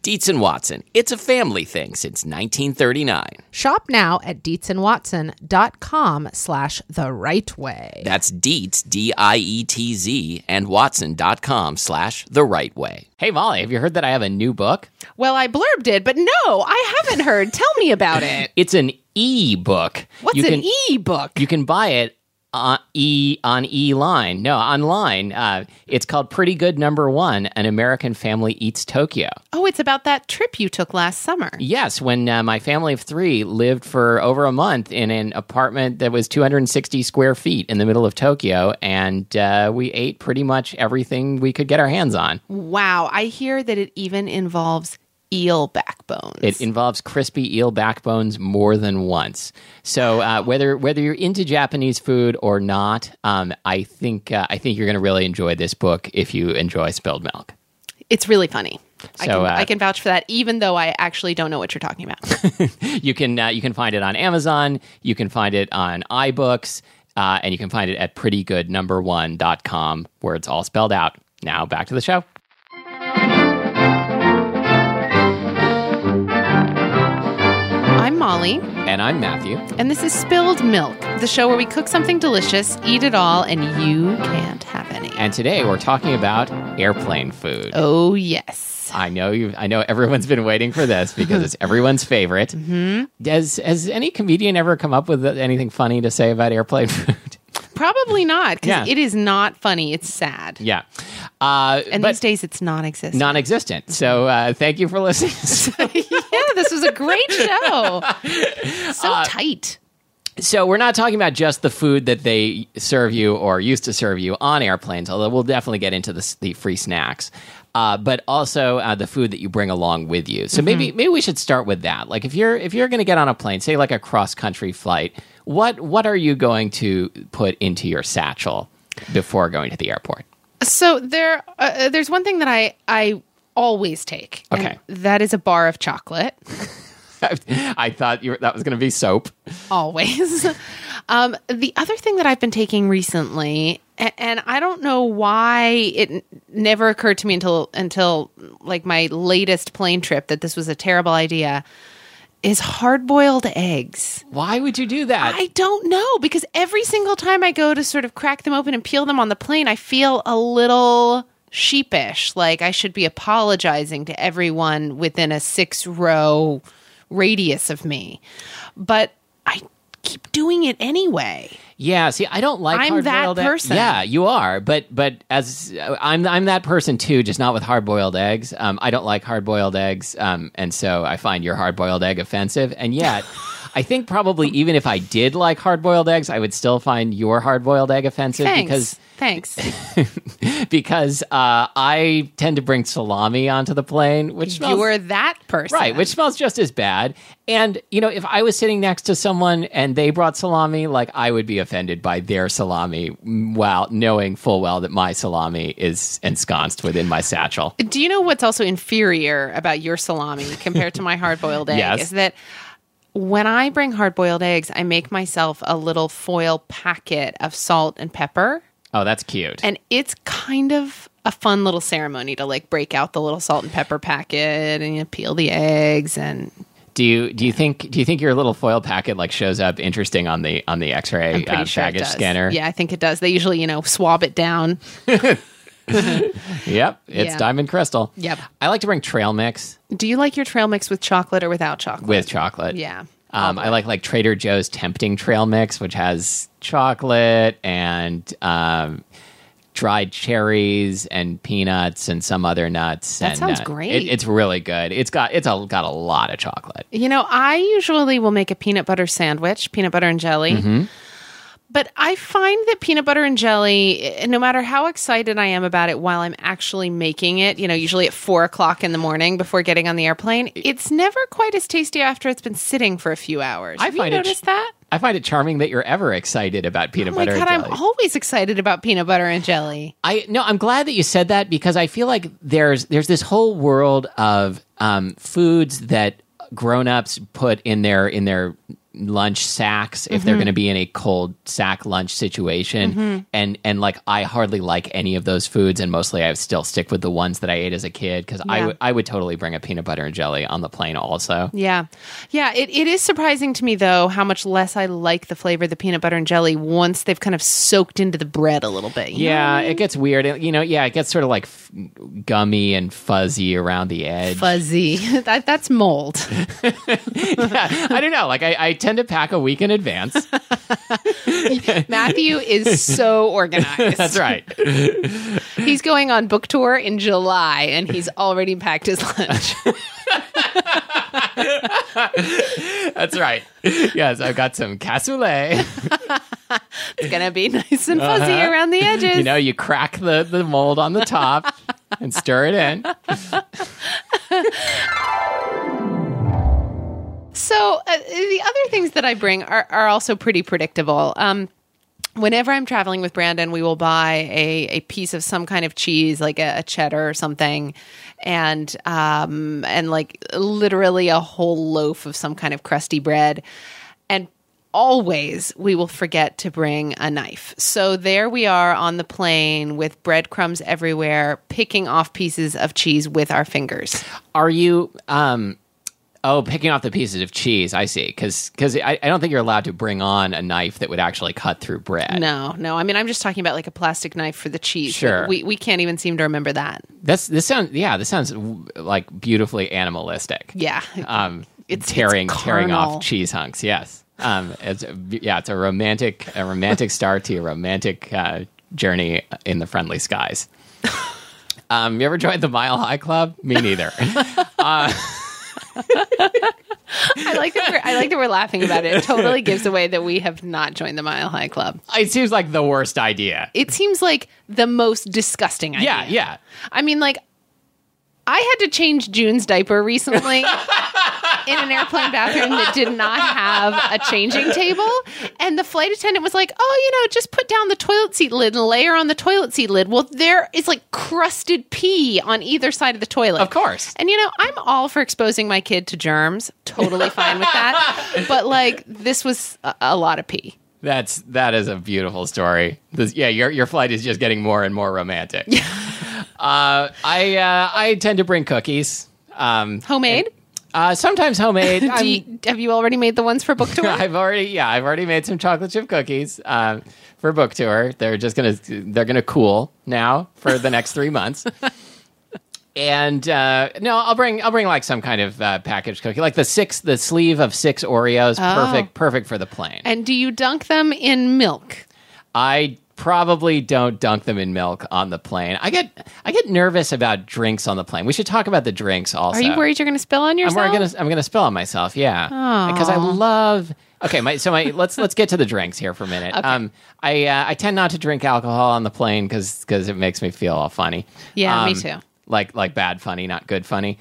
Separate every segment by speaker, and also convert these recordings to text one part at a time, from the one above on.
Speaker 1: Dietz and Watson, it's a family thing since 1939.
Speaker 2: Shop now at DietzandWatson.com slash the right way.
Speaker 1: That's Dietz, D I E T Z, and Watson.com slash the right way. Hey, Molly, have you heard that I have a new book?
Speaker 2: Well, I blurbed it, but no, I haven't heard. Tell me about it.
Speaker 1: It's an e book.
Speaker 2: What's an e-book?
Speaker 1: You can buy it on e on e line. No, online. Uh, it's called Pretty Good Number One: An American Family Eats Tokyo.
Speaker 3: Oh, it's about that trip you took last summer.
Speaker 1: Yes, when uh, my family of three lived for over a month in an apartment that was 260 square feet in the middle of Tokyo, and uh, we ate pretty much everything we could get our hands on.
Speaker 3: Wow, I hear that it even involves eel backbones.
Speaker 1: It involves crispy eel backbones more than once. So uh, whether whether you're into Japanese food or not, um, I think uh, I think you're going to really enjoy this book if you enjoy spilled milk.
Speaker 3: it's really funny. I,
Speaker 1: So,
Speaker 3: can,
Speaker 1: uh,
Speaker 3: I can vouch for that, even though I actually don't know what you're talking about.
Speaker 1: You can uh, you can find it on Amazon. You can find it on iBooks, uh, and you can find it at prettygoodnumberone.com, where it's all spelled out. Now back to the show.
Speaker 3: I'm Molly,
Speaker 1: And I'm Matthew.
Speaker 3: and this is Spilled Milk, the show where we cook something delicious, eat it all, and you can't have any.
Speaker 1: And today we're talking about airplane food.
Speaker 3: Oh, yes.
Speaker 1: I know you. I know everyone's been waiting for this because it's everyone's favorite. Mm-hmm. Has Has any comedian ever come up with anything funny to say about airplane food?
Speaker 3: Probably not,
Speaker 1: Yeah.
Speaker 3: because it is not funny. It's sad.
Speaker 1: yeah, uh,
Speaker 3: And
Speaker 1: but
Speaker 3: these days, it's non existent.
Speaker 1: non-existent. So uh, thank you for listening.
Speaker 3: yeah, this was a great show. so
Speaker 1: Uh,
Speaker 3: tight.
Speaker 1: So we're not talking about just the food that they serve you or used to serve you on airplanes, although we'll definitely get into the, the free snacks, uh, but also uh, the food that you bring along with you. So maybe maybe we should start with that. Like if you're if you're going to get on a plane, say like a cross country flight, what what are you going to put into your satchel before going to the airport?
Speaker 3: So there, uh, there's one thing that I I always take. and
Speaker 1: Okay.
Speaker 3: that is a bar of chocolate,
Speaker 1: I thought you were, that was going to be soap.
Speaker 3: always. um, the other thing that I've been taking recently, and, and I don't know why it n- never occurred to me until until like my latest plane trip that this was a terrible idea, is hard boiled eggs.
Speaker 1: Why would you do that?
Speaker 3: I don't know because every single time I go to sort of crack them open and peel them on the plane, I feel a little sheepish. Like I should be apologizing to everyone within a six row radius of me. But I keep doing it anyway.
Speaker 1: Yeah, see, I don't like.
Speaker 3: I'm that
Speaker 1: hard-boiled egg-
Speaker 3: person.
Speaker 1: Yeah, you are, but but as I'm, I'm that person too, just not with hard-boiled eggs. Um, I don't like hard-boiled eggs, um, and so I find your hard-boiled egg offensive. And yet, I think probably even if I did like hard-boiled eggs, I would still find your hard-boiled egg offensive
Speaker 3: Thanks.
Speaker 1: because
Speaker 3: Thanks.
Speaker 1: because uh, I tend to bring salami onto the plane, which
Speaker 3: you
Speaker 1: smells-
Speaker 3: were that person.
Speaker 1: Right, which smells just as bad. And you know, if I was sitting next to someone and they brought salami, like I would be offended by their salami, mm, while knowing full well that my salami is ensconced within my satchel.
Speaker 3: Do you know what's also inferior about your salami compared to my hard boiled egg?
Speaker 1: Yes.
Speaker 3: Is that when I bring hard boiled eggs, I make myself a little foil packet of salt and pepper.
Speaker 1: Oh, that's cute.
Speaker 3: And it's kind of a fun little ceremony to like break out the little salt and pepper packet and you peel the eggs and
Speaker 1: Do you do you think do you think your little foil packet like shows up interesting on the on the X-ray
Speaker 3: Pretty
Speaker 1: uh,
Speaker 3: sure it
Speaker 1: baggage
Speaker 3: does.
Speaker 1: scanner?
Speaker 3: Yeah, I think it does. They usually, you know, swab it down.
Speaker 1: Yep, it's
Speaker 3: Yeah.
Speaker 1: diamond crystal.
Speaker 3: Yep.
Speaker 1: I like to bring trail mix
Speaker 3: Do you like your trail mix with chocolate or without chocolate?
Speaker 1: with chocolate.
Speaker 3: yeah.
Speaker 1: Um, I like like Trader Joe's tempting trail mix, which has chocolate and um, dried cherries and peanuts and some other nuts.
Speaker 3: That
Speaker 1: and,
Speaker 3: sounds
Speaker 1: uh,
Speaker 3: great.
Speaker 1: it- it's really good. It's got it's a, got a lot of chocolate.
Speaker 3: You know, I usually will make a peanut butter sandwich, peanut butter and jelly. But I find that peanut butter and jelly, eh, no matter how excited I am about it while I'm actually making it, you know, usually at four o'clock in the morning before getting on the airplane, it's never quite as tasty after it's been sitting for a few hours.
Speaker 1: I
Speaker 3: Have
Speaker 1: find
Speaker 3: you
Speaker 1: it-
Speaker 3: noticed that?
Speaker 1: I find it charming that you're ever excited about peanut
Speaker 3: Oh my
Speaker 1: butter
Speaker 3: God,
Speaker 1: and
Speaker 3: I'm
Speaker 1: jelly.
Speaker 3: always excited about peanut butter and jelly.
Speaker 1: I no, I'm glad that you said that because I feel like there's there's this whole world of um, foods that grown-ups put in their in their lunch sacks if they're going to be in a cold sack lunch situation and and like I hardly like any of those foods and mostly I still stick with the ones that I ate as a kid cuz I
Speaker 3: Yeah.
Speaker 1: would- I would totally bring a peanut butter and jelly on the plane also.
Speaker 3: Yeah. Yeah. It, it is surprising to me, though, how much less I like the flavor of the peanut butter and jelly once they've kind of soaked into the bread a little bit. you know?
Speaker 1: Yeah, it gets weird. It- you know, yeah, it gets sort of like f- gummy and fuzzy around the edge.
Speaker 3: Fuzzy. that, that's mold.
Speaker 1: I don't know. Like I, I tend to pack a week in advance.
Speaker 3: Matthew is so organized.
Speaker 1: That's right.
Speaker 3: He's going on book tour in July and he's already packed his lunch.
Speaker 1: That's right. Yes, I've got some cassoulet.
Speaker 3: It's going to be nice and fuzzy around the edges.
Speaker 1: You know, you crack the, the mold on the top and stir it in.
Speaker 3: So uh, the other things that I bring are, are also pretty predictable. Um, whenever I'm traveling with Brandon, we will buy a, a piece of some kind of cheese, like a, a cheddar or something, and um, and like literally a whole loaf of some kind of crusty bread, and always we will forget to bring a knife. So there we are on the plane with breadcrumbs everywhere, picking off pieces of cheese with our fingers.
Speaker 1: Are you um oh, picking off the pieces of cheese, I see. Cause 'cause I, I don't think you're allowed to bring on a knife that would actually cut through bread.
Speaker 3: No, no. I mean, I'm just talking about like a plastic knife for the cheese.
Speaker 1: Sure.
Speaker 3: We, we can't even seem to remember that.
Speaker 1: That's this sounds yeah, this sounds w- like beautifully animalistic.
Speaker 3: Yeah.
Speaker 1: Um
Speaker 3: It's- it's
Speaker 1: tearing tearing
Speaker 3: carnal.
Speaker 1: off cheese hunks, yes. Um it's a- yeah, it's a romantic a romantic start to a romantic uh, journey in the friendly skies. Um, you ever joined the Mile High Club? Me neither.
Speaker 3: I like that. We're, I like that we're laughing about it. It totally gives away that we have not joined the Mile High Club.
Speaker 1: it seems like the worst idea.
Speaker 3: It seems like the most disgusting idea.
Speaker 1: Yeah, yeah.
Speaker 3: I mean, like, I had to change June's diaper recently in an airplane bathroom that did not have a changing table. And the flight attendant was like, oh, you know, just put down the toilet seat lid and layer on the toilet seat lid. Well, there is like crusted pee on either side of the toilet.
Speaker 1: Of course.
Speaker 3: And you know, I'm all for exposing my kid to germs. Totally fine with that. But like, this was a, a lot of pee.
Speaker 1: That's that is a beautiful story. This, yeah, your your flight is just getting more and more romantic. uh, I uh, I tend to bring cookies. Um,
Speaker 3: Homemade?
Speaker 1: uh, sometimes homemade.
Speaker 3: Do
Speaker 1: I'm-
Speaker 3: you, have you already made the ones for book tour?
Speaker 1: I've already yeah, I've already made some chocolate chip cookies um, for book tour. They're just gonna they're gonna cool now for the next three months. And uh, no, I'll bring I'll bring like some kind of uh, packaged cookie, like the six the sleeve of six Oreos,
Speaker 3: Oh.
Speaker 1: perfect perfect for the plane.
Speaker 3: And do you dunk them in milk?
Speaker 1: I probably don't dunk them in milk on the plane. I get I get nervous about drinks on the plane. We should talk about the drinks also.
Speaker 3: Are you worried you're going to spill on
Speaker 1: I'm
Speaker 3: yourself?
Speaker 1: worried gonna I'm gonna spill on myself, yeah, because I love. Okay, my, so my let's let's get to the drinks here for a minute. Um, I uh, I tend not to drink alcohol on the plane because it makes me feel all funny.
Speaker 3: Yeah, me
Speaker 1: Um,
Speaker 3: too.
Speaker 1: Like like bad funny, not uh, good funny.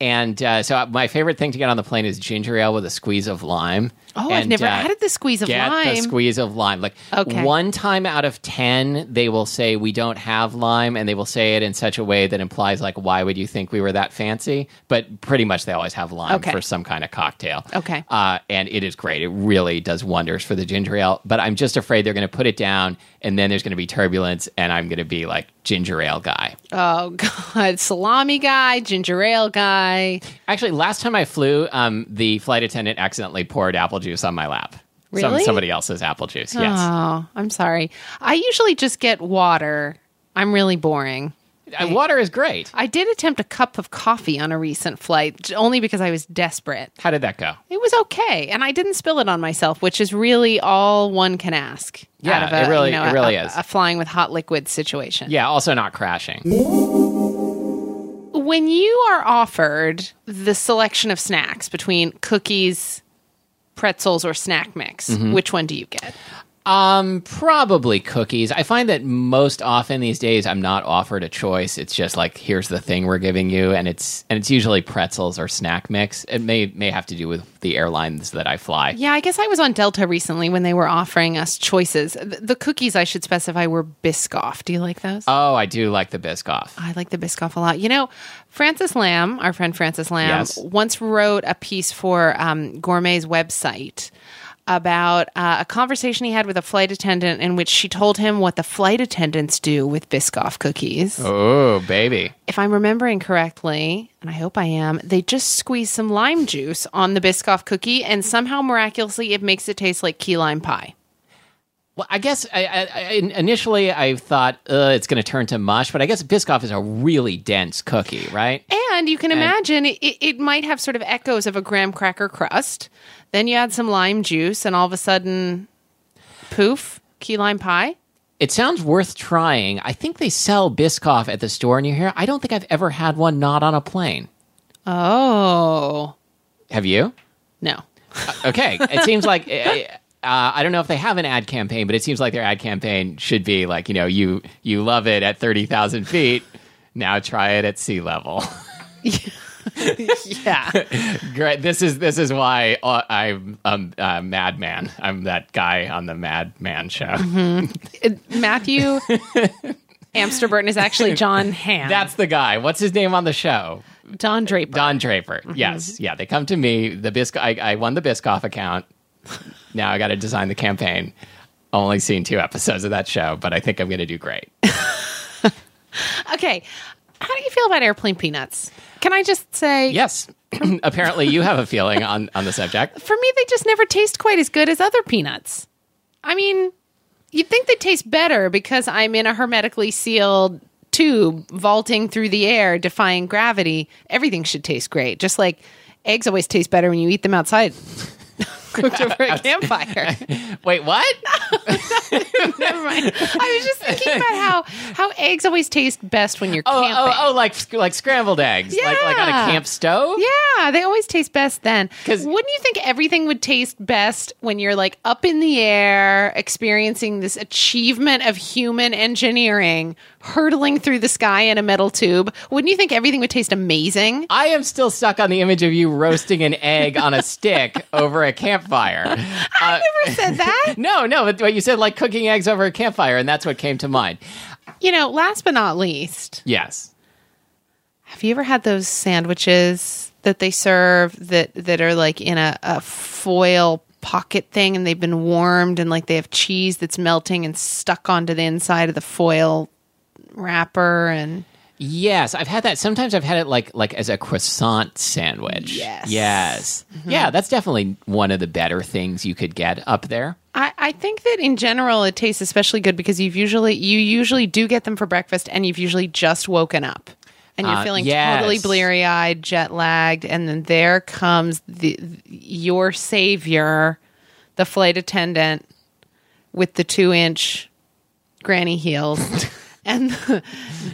Speaker 1: And uh, so my favorite thing to get on the plane is ginger ale with a squeeze of lime.
Speaker 3: Oh, I've
Speaker 1: And,
Speaker 3: never
Speaker 1: uh,
Speaker 3: added the squeeze of
Speaker 1: get
Speaker 3: lime.
Speaker 1: the squeeze of lime. Like
Speaker 3: Okay.
Speaker 1: one time out of ten, they will say we don't have lime, and they will say it in such a way that implies like, why would you think we were that fancy? But pretty much they always have lime
Speaker 3: Okay.
Speaker 1: for some kind of cocktail.
Speaker 3: Okay.
Speaker 1: uh, and it is great. It really does wonders for the ginger ale. But I'm just afraid they're going to put it down, and then there's going to be turbulence, and I'm going to be like ginger ale guy.
Speaker 3: oh God, salami guy, ginger ale guy.
Speaker 1: Actually, last time I flew, um, the flight attendant accidentally poured apple juice on my lap. Some-
Speaker 3: Really?
Speaker 1: somebody else's apple juice. Yes.
Speaker 3: Oh, I'm sorry. I usually just get water. I'm really boring.
Speaker 1: Uh, Water is great.
Speaker 3: I did attempt a cup of coffee on a recent flight j- only because I was desperate.
Speaker 1: How did that go?
Speaker 3: It was okay, and I didn't spill it on myself, which is really all one can ask.
Speaker 1: Yeah,
Speaker 3: out of a,
Speaker 1: it really-
Speaker 3: you know,
Speaker 1: it really
Speaker 3: a-
Speaker 1: is.
Speaker 3: a flying with hot liquid situation.
Speaker 1: Yeah, also not crashing.
Speaker 3: When you are offered the selection of snacks between cookies, pretzels, or snack mix, which one do you get?
Speaker 1: Probably cookies. I find that most often these days I'm not offered a choice. It's just like here's the thing we're giving you and it's and it's usually pretzels or snack mix. It may may have to do with the airlines that I fly.
Speaker 3: Yeah, I guess I was on Delta recently when they were offering us choices. The, the cookies I should specify were Biscoff. Do you like those?
Speaker 1: Oh, I do like the Biscoff.
Speaker 3: I like the Biscoff a lot. You know, Francis Lamb, our friend Francis Lamb,
Speaker 1: Yes.
Speaker 3: once wrote a piece for um, Gourmet's website about uh, a conversation he had with a flight attendant in which she told him what the flight attendants do with Biscoff cookies.
Speaker 1: Oh, baby.
Speaker 3: If I'm remembering correctly, and I hope I am, they just squeeze some lime juice on the Biscoff cookie, and somehow miraculously it makes it taste like key lime pie.
Speaker 1: Well, I guess I, I, I, in- initially I thought uh, it's going to turn to mush, but I guess Biscoff is a really dense cookie, right?
Speaker 3: And you can imagine it, it might have sort of echoes of a graham cracker crust. Then you add some lime juice, and all of a sudden, poof, key lime pie.
Speaker 1: It sounds worth trying. I think they sell Biscoff at the store near here. I don't think I've ever had one not on a plane.
Speaker 3: Oh,
Speaker 1: Have you? Uh,
Speaker 3: no.
Speaker 1: Okay. It seems like uh, I don't know if they have an ad campaign, but it seems like their ad campaign should be like you know you you love it at thirty thousand feet. Now try it at sea level.
Speaker 3: Yeah.
Speaker 1: Great. This is this is why uh, I'm um, uh, madman. I'm that guy on the Madman show.
Speaker 3: Matthew Amster Burton is actually John Hamm.
Speaker 1: That's the guy. What's his name on the show?
Speaker 3: Don Draper.
Speaker 1: Don Draper.
Speaker 3: Mm-hmm.
Speaker 1: Yes. Yeah. They come to me. The Bisc- I, I won the Biscoff account. Now I got to design the campaign. Only seen two episodes of that show, but I think I'm going to do great.
Speaker 3: Okay. How do you feel about airplane peanuts? Can I just say,
Speaker 1: Yes. Apparently, you have a feeling on, on the subject.
Speaker 3: for me, they just never taste quite as good as other peanuts. I mean, you'd think they taste better because I'm in a hermetically sealed tube vaulting through the air, defying gravity. Everything should taste great. Just like eggs always taste better when you eat them outside. Cooked over a campfire.
Speaker 1: Wait, what?
Speaker 3: Never mind. I was just thinking about how how eggs always taste best when you're
Speaker 1: Oh,
Speaker 3: camping.
Speaker 1: oh, oh, like sc- like scrambled eggs, like like on a
Speaker 3: Yeah.
Speaker 1: camp stove.
Speaker 3: Yeah, they always taste best then.
Speaker 1: 'Cause-
Speaker 3: Because wouldn't you think everything would taste best when you're like up in the air, experiencing this achievement of human engineering, hurtling through the sky in a metal tube? Wouldn't you think everything would taste amazing?
Speaker 1: I am still stuck on the image of you roasting an egg on a stick over a campfire. Uh,
Speaker 3: I never said that.
Speaker 1: no, no, but what you said like cooking eggs over a campfire, and that's what came to mind.
Speaker 3: you know, last but not least,
Speaker 1: Yes.
Speaker 3: have you ever had those sandwiches that they serve that that are like in a, a foil pocket thing and they've been warmed and like they have cheese that's melting and stuck onto the inside of the foil wrapper and
Speaker 1: Yes, I've had that. Sometimes I've had it like like as a croissant sandwich.
Speaker 3: Yes. Mm-hmm.
Speaker 1: Yes. Yeah, that's definitely one of the better things you could get up there.
Speaker 3: I, I think that in general it tastes especially good because you've usually you usually do get them for breakfast and you've usually just woken up and you're
Speaker 1: Uh,
Speaker 3: feeling
Speaker 1: yes.
Speaker 3: totally bleary eyed, jet lagged, and then there comes the your savior, the flight attendant with the two inch granny heels and the,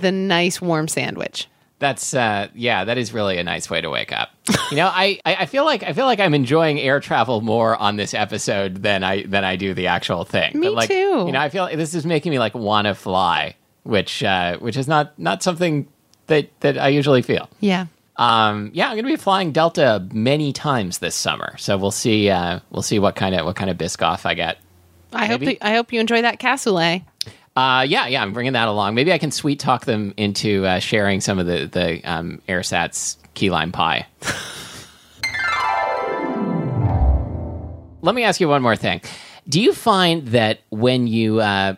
Speaker 3: the nice warm sandwich.
Speaker 1: That's uh yeah, that is really a nice way to wake up. You know, I, I I feel like I feel like I'm enjoying air travel more on this episode than I than I do the actual thing.
Speaker 3: Me
Speaker 1: But, like,
Speaker 3: too.
Speaker 1: You know, I feel like this is making me like want to fly, which uh which is not not something that that I usually feel.
Speaker 3: Yeah.
Speaker 1: um, yeah, I'm going to be flying Delta many times this summer, so we'll see. Uh, we'll see what kind of what kind of Biscoff I get.
Speaker 3: I hope
Speaker 1: Maybe.
Speaker 3: that, I hope you enjoy that cassoulet.
Speaker 1: Uh, yeah, yeah, I'm bringing that along. Maybe I can sweet talk them into uh, sharing some of the the um, AirSats key lime pie. Let me ask you one more thing. Do you find that when you uh,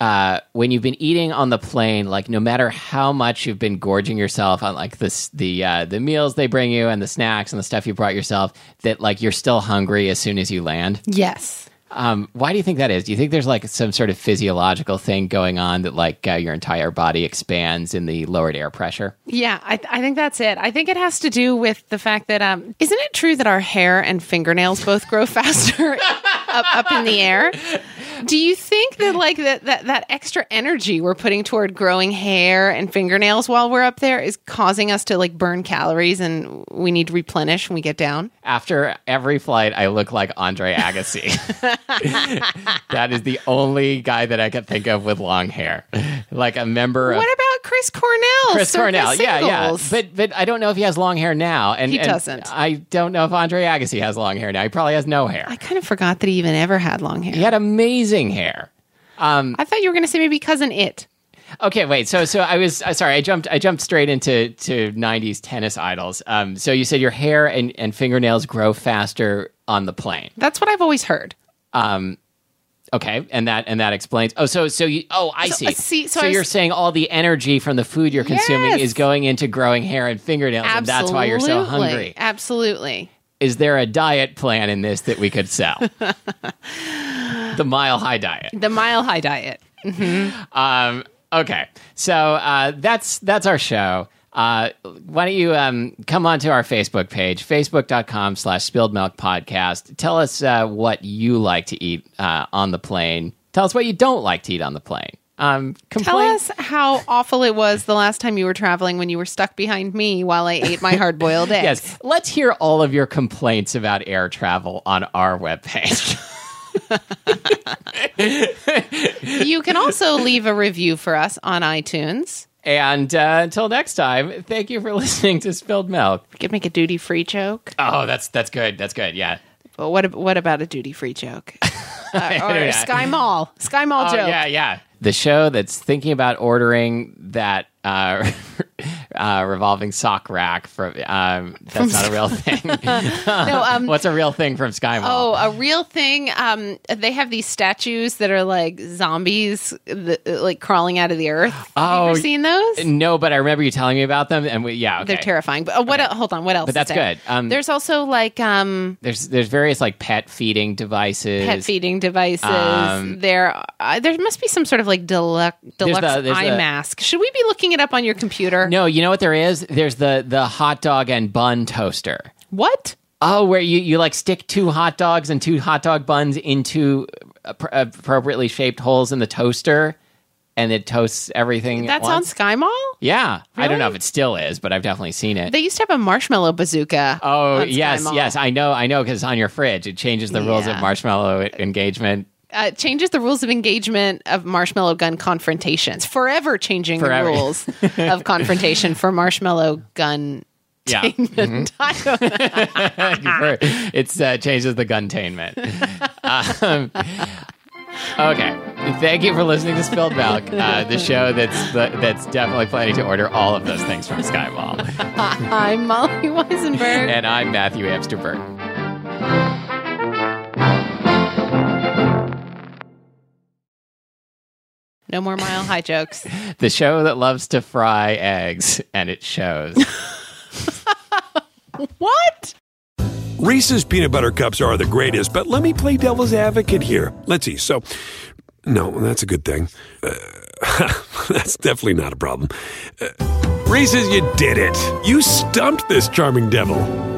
Speaker 1: uh, when you've been eating on the plane, like no matter how much you've been gorging yourself on like this the uh, the meals they bring you and the snacks and the stuff you brought yourself, that like you're still hungry as soon as you land?
Speaker 3: Yes.
Speaker 1: Um, why do you think that is? Do you think there's like some sort of physiological thing going on that like uh, your entire body expands in the lowered air pressure?
Speaker 3: Yeah, I, I think that's it. I think it has to do with the fact that um, isn't it true that our hair and fingernails both grow faster up, up in the air? Do you think that like that, that that extra energy we're putting toward growing hair and fingernails while we're up there is causing us to like burn calories and we need to replenish when we get down?
Speaker 1: After every flight, I look like Andre Agassi. that is the only guy that I could think of with long hair, like a member of
Speaker 3: What about Chris Cornell?
Speaker 1: Uh, Chris
Speaker 3: Circus
Speaker 1: Cornell. Yeah, yeah.
Speaker 3: Singles?
Speaker 1: But but I don't know if he has long hair now. And
Speaker 3: He
Speaker 1: and
Speaker 3: doesn't.
Speaker 1: I don't know if Andre Agassi has long hair now. He probably has no hair.
Speaker 3: I kind of forgot that he even ever had long hair.
Speaker 1: He had amazing hair.
Speaker 3: I thought you were going to say maybe cousin it.
Speaker 1: Okay, wait. So, so I was uh, sorry. I jumped. I jumped straight into to '90s tennis idols. Um, so you said your hair and, and fingernails grow faster on the plane.
Speaker 3: That's what I've always heard.
Speaker 1: Okay, and that and that explains. Oh, so so you. Oh, I
Speaker 3: So,
Speaker 1: see.
Speaker 3: uh, see, so I was-
Speaker 1: you're saying all the energy from the food you're consuming
Speaker 3: Yes.
Speaker 1: is going into growing hair and fingernails, and that's why you're so
Speaker 3: Absolutely.
Speaker 1: hungry.
Speaker 3: Absolutely.
Speaker 1: Is there a diet plan in this that we could sell? the mile high diet.
Speaker 3: The mile high diet.
Speaker 1: Um, okay, so uh, that's that's our show. Uh, why don't you um, come onto our Facebook page, facebook.com slash spilled milk podcast. Tell us uh, what you like to eat uh, on the plane. Tell us what you don't like to eat on the plane. Um,
Speaker 3: Tell
Speaker 1: complain-
Speaker 3: us how awful it was the last time you were traveling when you were stuck behind me while I ate my hard boiled eggs.
Speaker 1: Yes, let's hear all of your complaints about air travel on our webpage.
Speaker 3: You can also leave a review for us on iTunes.
Speaker 1: and uh, until next time, thank you for listening to Spilled Milk.
Speaker 3: We could make a duty free joke.
Speaker 1: Oh, that's that's good. That's good. Yeah.
Speaker 3: But what, ab- what about a duty free joke? Uh, or
Speaker 1: Yeah.
Speaker 3: a Sky Mall. Sky Mall
Speaker 1: Oh,
Speaker 3: joke.
Speaker 1: yeah, yeah. The show that's thinking about ordering that uh, uh, revolving sock rack from um, that's not a real thing.
Speaker 3: No, um,
Speaker 1: What's a real thing from Sky
Speaker 3: Oh,
Speaker 1: Mall?
Speaker 3: a real thing. Um, they have these statues that are like zombies, th- like crawling out of the earth. Have you
Speaker 1: Oh,
Speaker 3: ever seen those?
Speaker 1: No, but I remember you telling me about them, and we, yeah, okay.
Speaker 3: They're terrifying. But uh, what? el- Hold on. What else? But
Speaker 1: that's
Speaker 3: there?
Speaker 1: good. Um,
Speaker 3: There's also like um,
Speaker 1: There's there's various like pet feeding devices.
Speaker 3: pet feeding devices. there, uh, there must be some sort of like deluxe, deluxe
Speaker 1: the- um, there's
Speaker 3: eye
Speaker 1: the-
Speaker 3: mask. Should we be looking it up on your computer?
Speaker 1: No, you know what there is? There's the the hot dog and bun toaster.
Speaker 3: What?
Speaker 1: Oh, where you, you like stick two hot dogs and two hot dog buns into appro- appropriately shaped holes in the toaster, and it toasts everything. at
Speaker 3: That's on
Speaker 1: once?
Speaker 3: Sky Mall.
Speaker 1: Yeah, I don't know if
Speaker 3: Really?
Speaker 1: it still is, but I've definitely seen it.
Speaker 3: They used to have a marshmallow bazooka.
Speaker 1: oh
Speaker 3: on Sky
Speaker 1: yes,
Speaker 3: Mall.
Speaker 1: yes, I know, I know, because on your fridge it changes the rules of
Speaker 3: Yeah.
Speaker 1: marshmallow e- engagement
Speaker 3: uh, changes the rules of engagement of marshmallow gun confrontations. Forever changing
Speaker 1: Forever.
Speaker 3: the rules of confrontation for marshmallow gun.
Speaker 1: Yeah. Mm-hmm.
Speaker 3: I
Speaker 1: it's uh, changes the guntainment. um, okay, thank you for listening to Spilled Milk, uh, the show that's the, that's definitely planning to order all of those things from Skywall.
Speaker 3: am Molly Weisenberg.
Speaker 1: and I'm Matthew Amster Burton.
Speaker 3: No more mile high jokes.
Speaker 1: the show that loves to fry eggs, and it shows.
Speaker 3: What?
Speaker 4: Reese's peanut butter cups are the greatest, but let me play devil's advocate here. Let's see. So, no, that's a good thing. Uh, that's definitely not a problem. Uh, Reese's, you did it. You stumped this charming devil.